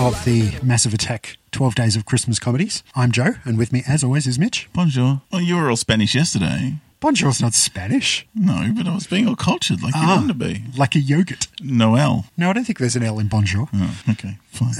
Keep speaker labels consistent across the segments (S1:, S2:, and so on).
S1: of the Massive Attack 12 Days of Christmas comedies. I'm Joe, and with me, as always, is Mitch.
S2: Bonjour. Well, you were all Spanish yesterday.
S1: Bonjour's not Spanish,
S2: No, but I was being all cultured like
S1: Ah.
S2: you wanted to be.
S1: like a yogurt.
S2: Noel.
S1: No, I don't think there's an L in bonjour.
S2: Oh, okay, fine.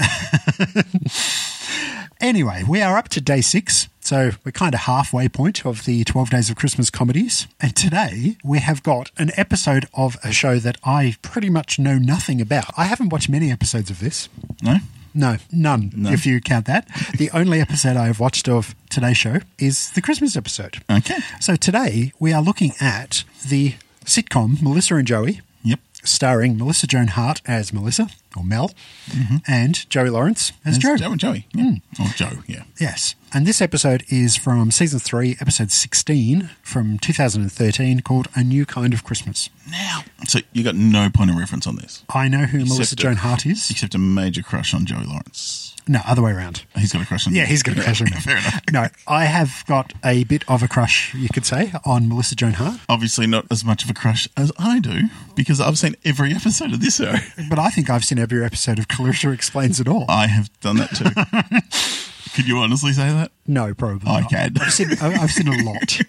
S1: Anyway, we are up to day six, so we're kind of halfway point of the 12 Days of Christmas comedies. And today we have got an episode of a show that I pretty much know nothing about. I haven't watched many episodes of this.
S2: no?
S1: No, none, if you count that. the only episode I have watched of today's show is the Christmas episode.
S2: Okay.
S1: So today we are looking at the sitcom Melissa and Joey,
S2: Yep.
S1: starring Melissa Joan Hart as Melissa or Mel, and Joey Lawrence Mm-hmm. as
S2: It's
S1: Joe. Hmm.
S2: Joe and Joey. Yeah. Or Joe, yeah.
S1: Yes, and this episode is from season three, episode sixteen from 2013, called "A New Kind of Christmas."
S2: Now. So you got no point of reference on this,
S1: I know who Melissa
S2: it.
S1: Joan Hart is.
S2: except a major crush on Joey Lawrence.
S1: No, other way around.
S2: He's got a crush on
S1: Yeah, he's got a crush on me.
S2: Fair enough.
S1: No, I have got a bit of a crush, you could say, on Melissa Joan Hart,
S2: Obviously, not as much of a crush as I do because I've seen every episode of this show.
S1: but I think I've seen every episode of Clarissa Explains It All.
S2: I have done that too. Could you honestly say that?
S1: No, probably.
S2: I
S1: not.
S2: can.
S1: I've seen, I- I've seen a lot,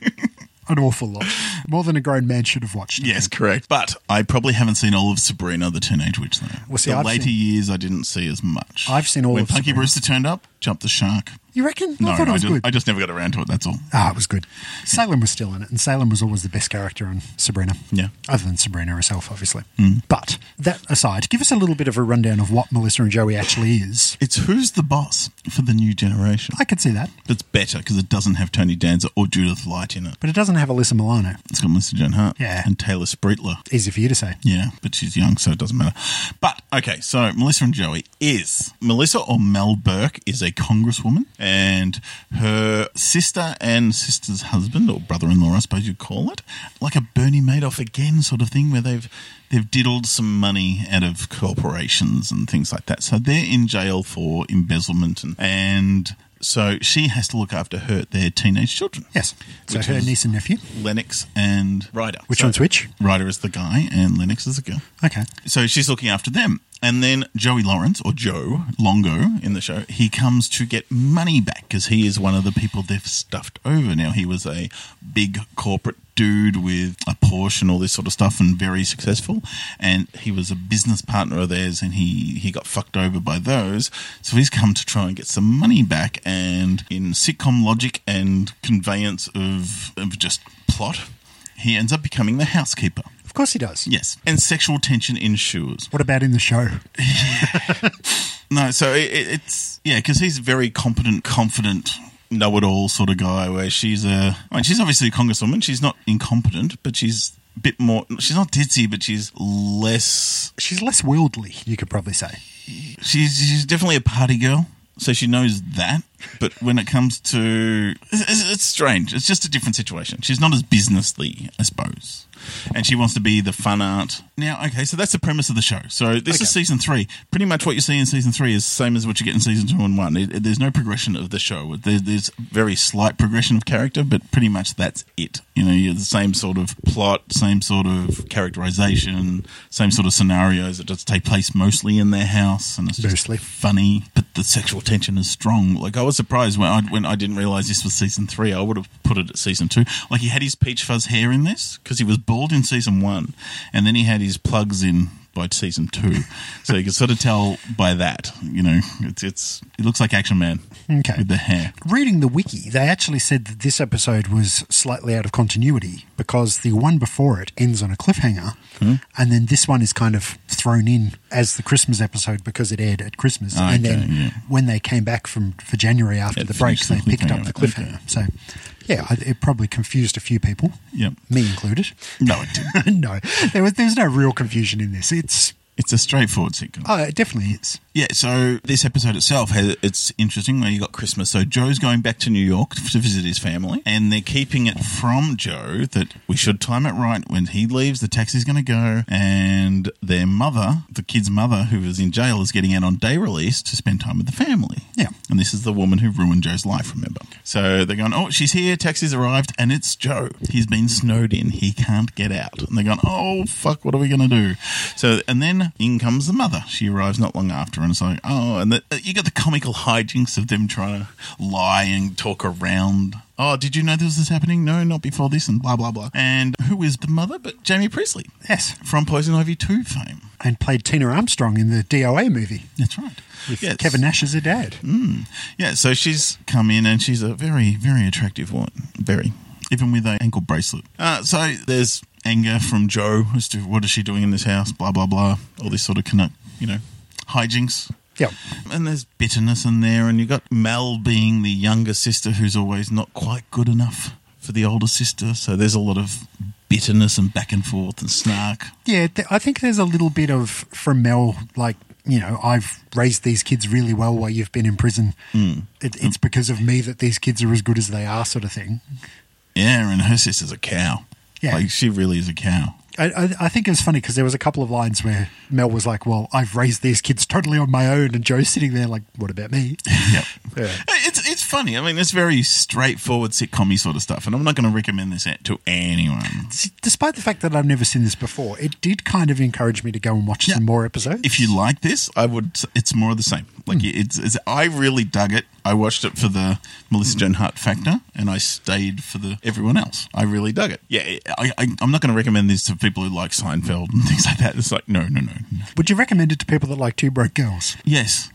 S1: an awful lot, more than a grown man should have watched.
S2: Yes, correct. But I probably haven't seen all of Sabrina the Teenage Witch though.
S1: Well, see,
S2: the
S1: I've
S2: later
S1: seen-
S2: years, I didn't see as much.
S1: I've seen all
S2: when
S1: of
S2: Punky
S1: Sabrina.
S2: Brewster turned up, jumped the shark.
S1: You reckon?
S2: No,
S1: I thought it was
S2: just,
S1: good.
S2: I just never got around to it. That's all.
S1: ah, it was good. Salem was still in it, and Salem was always the best character on Sabrina.
S2: Yeah. Mm.
S1: Other than Sabrina herself, obviously. But that aside, give us a little bit of a rundown of what Melissa and Joey actually is.
S2: It's who's the boss for the new generation.
S1: I could see that,
S2: That's better because it doesn't have Tony Danza or Judith Light in it.
S1: but it doesn't have Alyssa Milano.
S2: It's got Melissa Joan Hart
S1: Yeah.
S2: and Taylor Spreetler.
S1: Easy for you to say.
S2: Yeah, but she's young, so it doesn't matter. But okay, so Melissa and Joey is Melissa or Mel Burke is a congresswoman, and her sister and sister's husband or brother-in-law, I suppose you'd call it, like a Bernie Madoff again sort of thing, where they've they've diddled some money out of corporations and things like that. So they're in jail for embezzlement, and and so she has to look after her their teenage children.
S1: Yes. So
S2: Which
S1: her
S2: is-
S1: niece and nephew.
S2: Lennox and Ryder.
S1: Which
S2: So
S1: one's which?
S2: Ryder is the guy, and Lennox is the girl.
S1: Okay.
S2: So she's looking after them. And then Joey Lawrence, or Joe Longo in the show, he comes to get money back because he is one of the people they've stuffed over. Now, he was a big corporate dude with a Porsche and all this sort of stuff and very successful. And he was a business partner of theirs and he, he got fucked over by those. So he's come to try and get some money back. And in sitcom logic and conveyance of, of just plot, he ends up becoming the housekeeper.
S1: Of course he does.
S2: Yes. And sexual tension ensues.
S1: What about in the show?
S2: No, so it, it, it's, yeah, because he's a very competent, confident, know it all sort of guy, where she's a, I mean, she's obviously a congresswoman. She's not incompetent, but she's a bit more, she's not ditzy, but she's less,
S1: She's less worldly, you could probably say.
S2: she's, she's definitely a party girl. So she knows that, but when it comes to it's, it's- it's strange. It's just a different situation. She's not as businessly, I suppose, and she wants to be the fun art. Now, okay, so that's the premise of the show. So this
S1: Okay.
S2: is season three. Pretty much what you see in season three is the same as what you get in season two and one. It- it- there's no progression of the show. There, there's very slight progression of character, but pretty much that's it. You know, you're the same sort of plot, same sort of characterization, same sort of scenarios. It does take place mostly in their house, and it's just
S1: Mostly.
S2: funny, but the sexual tension is strong. Like I was surprised when I when I didn't realize this was season three. I would have put it at season two. Like he had his peach fuzz hair in this because he was bald in season one, and then he had his plugs in by season two. so you can sort of tell by that. You know, it's it's it looks like Action Man
S1: Okay.
S2: with the hair.
S1: Reading the wiki, they actually said that this episode was slightly out of continuity because the one before it ends on a cliffhanger,
S2: Hmm?
S1: and then this one is kind of thrown in as the Christmas episode because it aired at Christmas. and
S2: Ah, Okay,
S1: then
S2: yeah.
S1: when they came back from for January after
S2: It
S1: the break,
S2: finished
S1: they
S2: the
S1: picked up
S2: cliffhanger,
S1: the cliffhanger.
S2: okay.
S1: So, yeah, I- it probably confused a few people,
S2: Yep.
S1: me included.
S2: No, it didn't.
S1: no, there was there was no real confusion in this. It's
S2: It's a straightforward sitcom.
S1: oh, it definitely is.
S2: Yeah, so this episode itself has it's interesting where you got Christmas. So Joe's going back to New York to visit his family, and they're keeping it from Joe that we should time it right. When he leaves, the taxi's going to go, and their mother, the kid's mother, who is in jail, is getting out on day release to spend time with the family.
S1: Yeah.
S2: and this is the woman who ruined Joe's life. Remember? So they're going, oh, she's here. Taxi's arrived, and it's Joe. He's been snowed in. He can't get out. And they're going, oh fuck, what are we going to do? So and then in comes the mother. She arrives not long after, and it's like, oh, and the, you got the comical hijinks of them trying to lie and talk around. Oh, did you know this was happening? No, not before this, and blah blah blah. And who is the mother? But Jamie Priestley
S1: Yes.
S2: from Poison Ivy Two fame.
S1: And played Tina Armstrong in the DOA movie
S2: That's right.
S1: with
S2: Yes. Hmm.
S1: Kevin Nash as her dad.
S2: Yeah, so she's come in and she's a very, very attractive woman. Very. Even with a ankle bracelet. Uh, so there's anger from Joe as to what is she doing in this house, blah, blah, blah. All this sort of, connect, you know, hijinks.
S1: Yep.
S2: And there's bitterness in there. And you've got Mel being the younger sister who's always not quite good enough for the older sister. So there's a lot of bitterness and back and forth and snark.
S1: Yeah, th- I think there's a little bit of from Mel, like, you know, I've raised these kids really well while you've been in prison.
S2: Hmm.
S1: It, it's because of me that these kids are as good as they are, sort of thing.
S2: Yeah, and her sister's a cow.
S1: Yeah.
S2: Like, she really is a cow.
S1: I, I, I think it was funny because there was a couple of lines where Mel was like, "Well, I've raised these kids totally on my own," and Joe's sitting there like, "What about me?"
S2: Yep.
S1: Yeah.
S2: It's it's funny. I mean, it's very straightforward sitcom sort of stuff, and I'm not going to recommend this at- to anyone.
S1: S- Despite the fact that I've never seen this before, it did kind of encourage me to go and watch
S2: Yeah.
S1: some more episodes.
S2: If you like this, I would. It's more of the same. Like it's, it's. I really dug it. I watched it for the Melissa Joan Hart factor, and I stayed for the everyone else. I really dug it. Yeah, I, I, I'm not going to recommend this to people who like Seinfeld and things like that. It's like no, no, no, no.
S1: would you recommend it to people that like Two Broke Girls?
S2: Yes.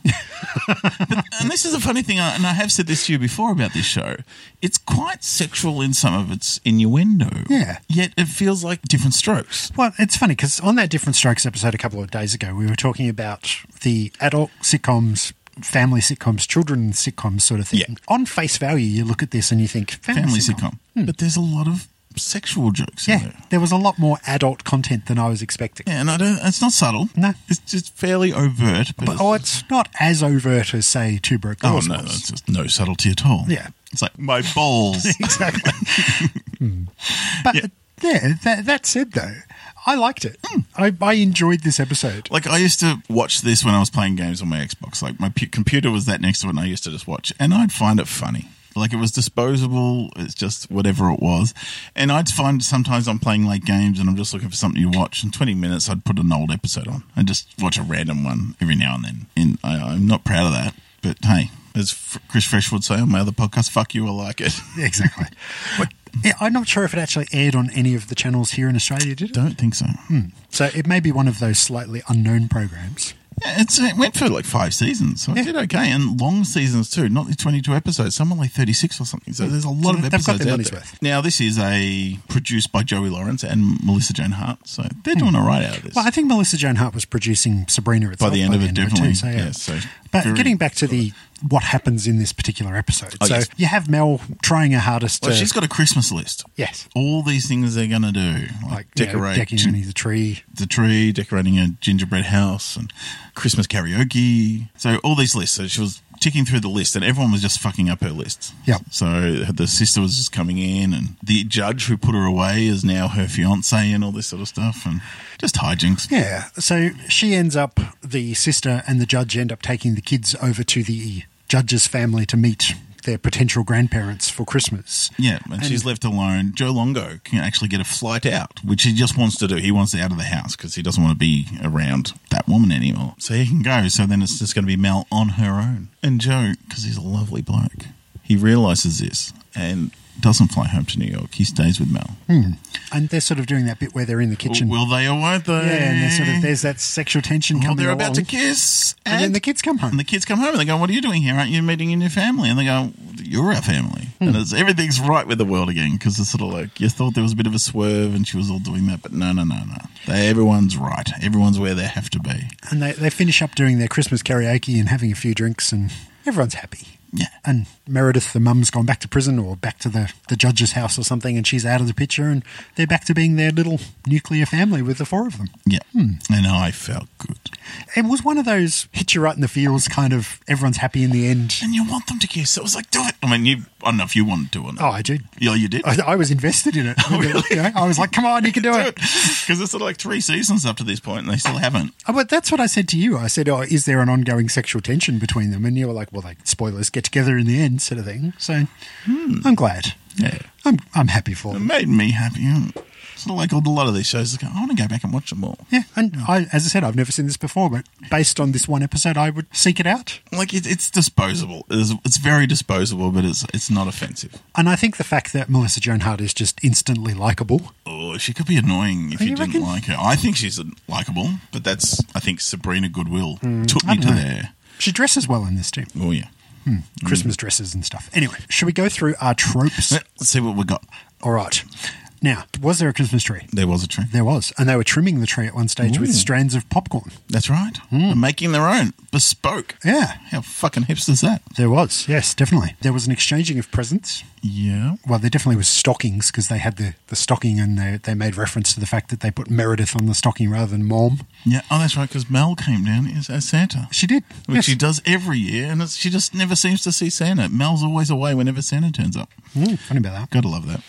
S2: but, and this is a funny thing, I- and I have said this to you before about this show. It's quite sexual in some of its innuendo.
S1: Yeah.
S2: Yet it feels like different strokes.
S1: Well, it's funny because on that Different Strokes episode a couple of days ago, we were talking about the adult sitcoms, family sitcoms, children sitcoms sort of thing.
S2: Yeah.
S1: On face value, you look at this and you think, family,
S2: Family
S1: sitcom.
S2: sitcom. But there's a lot of sexual jokes in
S1: Hmm. Yeah,
S2: there.
S1: there was a lot more adult content than I was expecting.
S2: Yeah, and I don't, it's not subtle.
S1: No.
S2: It's just fairly overt. But,
S1: But,
S2: it's-
S1: oh, it's not as overt as, say, Two Broke
S2: oh,
S1: Girls.
S2: no,
S1: was.
S2: it's just no subtlety at all.
S1: Yeah.
S2: It's like, my balls.
S1: exactly. But
S2: Yeah. Hmm.
S1: yeah, that, that said, though, I liked it. I, I enjoyed this episode.
S2: Like I used to watch this when I was playing games on my Xbox. Like my pu- computer was that next to it, and I used to just watch, and I'd find it funny. Like it was disposable. It's just whatever it was, and I'd find sometimes I'm playing late games and I'm just looking for something to watch. In 20 minutes, I'd put an old episode on and just watch a random one every now and then. And I, I'm not proud of that, but hey, as F- Chris Fresh would say on my other podcast, "Fuck you, I like it."
S1: Exactly. But, yeah, I'm not sure if it actually aired on any of the channels here in Australia, did it?
S2: Don't think so.
S1: So it may be one of those slightly unknown programs.
S2: Yeah, it's, it went for like five seasons, so
S1: Yeah.
S2: it did okay, and long seasons too. Not the twenty-two episodes, some are like thirty-six or something. So there's a lot
S1: So
S2: of
S1: Mm, they've got
S2: episodes
S1: their
S2: out
S1: money's
S2: there.
S1: worth.
S2: Now this is a produced by Joey Lawrence and Melissa Joan Hart, so they're doing all right out of this.
S1: Mm. Well, I think Melissa Joan Hart was producing Sabrina
S2: by
S1: itself
S2: the end of it, definitely.
S1: so, yeah.
S2: yeah. so
S1: But
S2: very-
S1: getting back to the what happens in this particular episode,
S2: Oh,
S1: so
S2: yes.
S1: you have Mel trying her hardest
S2: well,
S1: to
S2: she's got a Christmas list.
S1: yes,
S2: All these things they're gonna do,
S1: like
S2: like,
S1: you know,
S2: decorate
S1: decking
S2: gin-
S1: underneath the tree.
S2: the tree, decorating a gingerbread house, and Christmas karaoke. So all these lists. So she was ticking through the list, and everyone was just fucking up her list.
S1: Yep.
S2: So the sister was just coming in, and the judge who put her away is now her fiance, and all this sort of stuff, and just hijinks.
S1: Yeah. So she ends up, the sister and the judge end up taking the kids over to the judge's family to meet their potential grandparents for Christmas.
S2: Yeah, and, she's left alone. Joe Longo can actually get a flight out, which he just wants to do. He wants out of the house because he doesn't want to be around that woman anymore. So he can go. So then it's just going to be Mel on her own. And Joe, because he's a lovely bloke, he realizes this and doesn't fly home to New York. He stays with Mel.
S1: And they're sort of doing that bit where they're in the kitchen.
S2: Will they or won't they?
S1: yeah, and there's sort of there's that sexual tension
S2: Oh, Well,
S1: coming
S2: they're about to
S1: along.
S2: kiss,
S1: and, then the kids come home.
S2: And the kids come home and they go, What are you doing here? Aren't you meeting in your family? And they go, You're our family.
S1: Hmm.
S2: And it's, everything's right with the world again because it's sort of like you thought there was a bit of a swerve and she was all doing that, but no, no, no, no. They, everyone's right. Everyone's where they have to be.
S1: and they, they finish up doing their Christmas karaoke and having a few drinks, and everyone's happy.
S2: Yeah.
S1: And Meredith, the mum's gone back to prison or back to the, the judge's house or something, and she's out of the picture, and they're back to being their little nuclear family with the four of them.
S2: Yeah.
S1: Hmm.
S2: And I felt good.
S1: It was one of those hit you right in the feels kind of everyone's happy in the end.
S2: And you want them to kiss. It was like, Do it. I mean, you, I don't know if you wanted to or not.
S1: Oh, I did.
S2: Yeah, you did.
S1: I, I was invested in it. You know, I was like, come on, you can do it.
S2: Because it's sort of like three seasons up to this point and they still haven't.
S1: Oh, But that's what I said to you. I said, oh, is there an ongoing sexual tension between them? And you were like, well, like, spoilers, get get together in the end, sort of thing. So I'm glad.
S2: Yeah.
S1: I'm, I'm happy for
S2: It
S1: them.
S2: made me happy. It's not like a lot of these shows. Like, I want to go back and watch them all.
S1: Yeah, and I, as I said, I've never seen this before, but based on this one episode, I would seek it out.
S2: Like it, it's disposable. It's, it's very disposable, but it's it's not offensive.
S1: And I think the fact that Melissa Joan Hart is just instantly likable.
S2: Oh, she could be annoying if
S1: Oh,
S2: you,
S1: you
S2: didn't
S1: reckon?
S2: like her. I think she's likable, but that's I think Sabrina Goodwill took
S1: Hmm. I
S2: me to
S1: don't know.
S2: there.
S1: She dresses well in this too.
S2: Oh yeah.
S1: Christmas dresses and stuff. Anyway, should we go through our tropes?
S2: Let- Let's see what we got.
S1: All right. Now, was there a Christmas tree?
S2: There was a tree.
S1: There was. And they were trimming the tree at one stage with strands of popcorn.
S2: That's right.
S1: Hmm.
S2: They're making their own bespoke.
S1: Yeah,
S2: How fucking hipster is that?
S1: there was. Yes, definitely. There was an exchanging of presents.
S2: Yeah.
S1: Well, there definitely was stockings because they had the, the stocking and they, they made reference to the fact that they put Meredith on the stocking rather than Mom.
S2: Yeah. Oh, that's right. Because Mel came down as, as Santa,
S1: She did.
S2: which
S1: yes.
S2: she does every year, and it's, she just never seems to see Santa. Mel's always away whenever Santa turns up.
S1: Mm, funny about that.
S2: Gotta love that.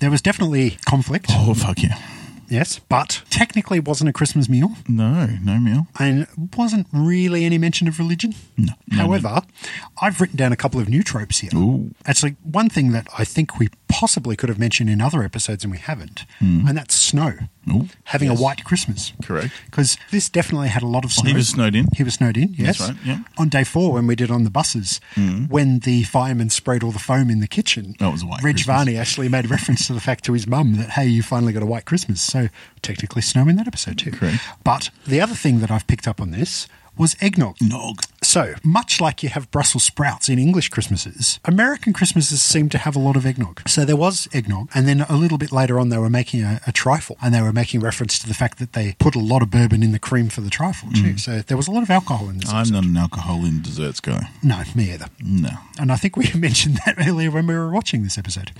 S1: There was definitely conflict.
S2: Oh fuck yeah.
S1: Yes, but technically wasn't a Christmas meal
S2: No, no meal.
S1: and wasn't really any mention of religion.
S2: No. no
S1: However, I've written down a couple of new tropes here.
S2: meal. Ooh.
S1: Actually, one thing that I think we possibly could have mentioned in other episodes and we haven't,
S2: Hmm.
S1: and that's snow.
S2: Ooh.
S1: Having
S2: Yes.
S1: a white Christmas.
S2: Correct.
S1: Because this definitely had a lot of snow.
S2: he was snowed in.
S1: He was snowed in, yes.
S2: That's right, yeah. Mm.
S1: On day four, when we did on the buses, when the firemen sprayed all the foam in the kitchen,
S2: That was a white
S1: Reg
S2: Christmas.
S1: Varney actually made reference to the fact to his mum that, hey, you finally got a white Christmas. So technically snow in that episode too.
S2: Correct.
S1: But the other thing that I've picked up on this was eggnog.
S2: Nog.
S1: So, much like you have Brussels sprouts in English Christmases, American Christmases seem to have a lot of eggnog. So, there was eggnog, and then a little bit later on, they were making a, a trifle, and they were making reference to the fact that they put a lot of bourbon in the cream for the trifle, too. So, there was a lot of alcohol in this.
S2: Mm. I'm not an alcohol in desserts guy.
S1: no, me either.
S2: No.
S1: And I think we mentioned that earlier when we were watching this episode.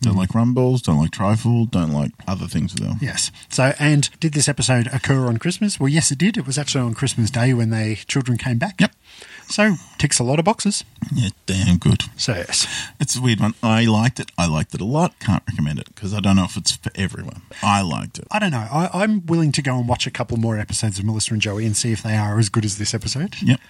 S2: Don't like rum balls, don't like trifle, don't like other things with them.
S1: Yes. So, and did this episode occur on Christmas? Well, yes, it did. It was actually on Christmas Day when the children came back.
S2: Yep.
S1: So, ticks a lot of boxes.
S2: Yeah, damn good.
S1: So, yes.
S2: It's a weird one. I liked it. I liked it a lot. Can't recommend it because I don't know if it's for everyone. I liked it.
S1: I don't know. I, I'm willing to go and watch a couple more episodes of Melissa and Joey and see if they are as good as this episode.
S2: Yep.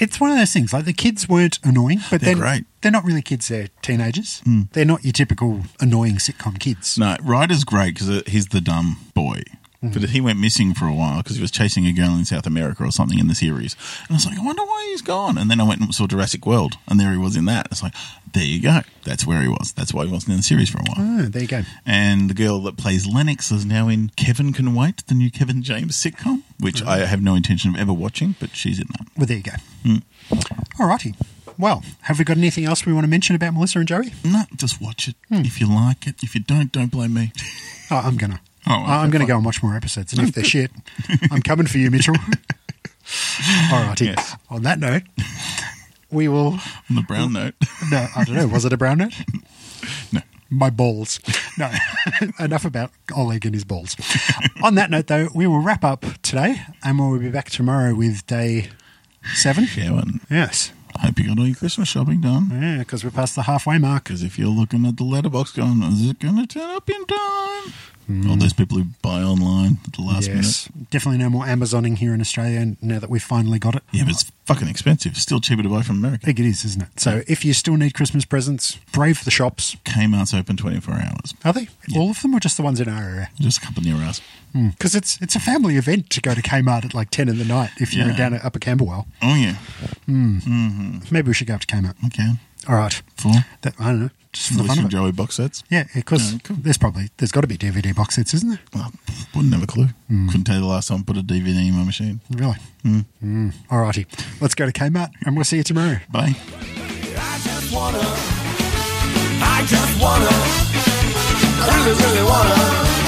S1: It's one of those things. Like the kids weren't annoying, but
S2: They're
S1: then
S2: great. Hmm.
S1: they're not really kids. They're teenagers. They're not your typical annoying sitcom kids.
S2: No, Ryder's great because he's the dumb boy.
S1: Mm-hmm.
S2: But he went missing for a while because he was chasing a girl in South America or something in the series. And I was like, I wonder why he's gone. And then I went and saw Jurassic World, and there he was in that. It's like, there you go. That's where he was. That's why he wasn't in the series for a while.
S1: Oh, there you go.
S2: And the girl that plays Lennox is now in Kevin Can Wait, the new Kevin James sitcom, which I have no intention of ever watching, but she's in that.
S1: Well, there you go.
S2: Hmm.
S1: Alrighty. Well, have we got anything else we want to mention about Melissa and Joey?
S2: No, just watch it. If you like it. If you don't, don't blame me.
S1: Oh, I'm gonna.
S2: Oh, okay,
S1: I'm gonna
S2: fine.
S1: go and watch more episodes, and if they're shit, I'm coming for you, Mitchell. Alrighty.
S2: Yes.
S1: On that note, we will
S2: On the brown note.
S1: No, I don't know. Was it a brown note?
S2: No.
S1: My balls. No. Enough about Oleg and his balls. On that note, though, we will wrap up today and we'll be back tomorrow with day seven.
S2: Kevin,
S1: Yes.
S2: hope you got all your Christmas shopping done.
S1: Yeah, because we're past the halfway mark.
S2: Because if you're looking at the letterbox going, is it going to turn up in time? All those people who buy online at the last minute.
S1: yes. Definitely no more Amazoning here in Australia now that we've finally got it.
S2: Yeah, but it's fucking expensive. Still cheaper to buy from
S1: I
S2: America.
S1: think it is, isn't it? So if you still need Christmas presents, brave the shops.
S2: Kmart's open 24 hours.
S1: Are they? All of them or just the ones in our area?
S2: Just a couple near us.
S1: Because it's it's a family event to go to Kmart at like 10 in the night if you're
S2: Yeah.
S1: down at Upper Camberwell.
S2: Oh, yeah.
S1: Maybe we should go up to Kmart.
S2: Okay.
S1: All right.
S2: Four.
S1: That, I don't know. Just for the fun
S2: List from
S1: of it.
S2: Joey box sets.
S1: Yeah, of course.
S2: Yeah, cool.
S1: There's probably there's got to be DVD box sets, isn't there?
S2: Well, wouldn't have a clue. Couldn't tell you the last time I put a DVD in my machine.
S1: Really?
S2: Hmm.
S1: Mm. Alrighty, let's go to Kmart, and we'll see you tomorrow.
S2: Bye.
S3: I just wanna, I just wanna, I really, really wanna.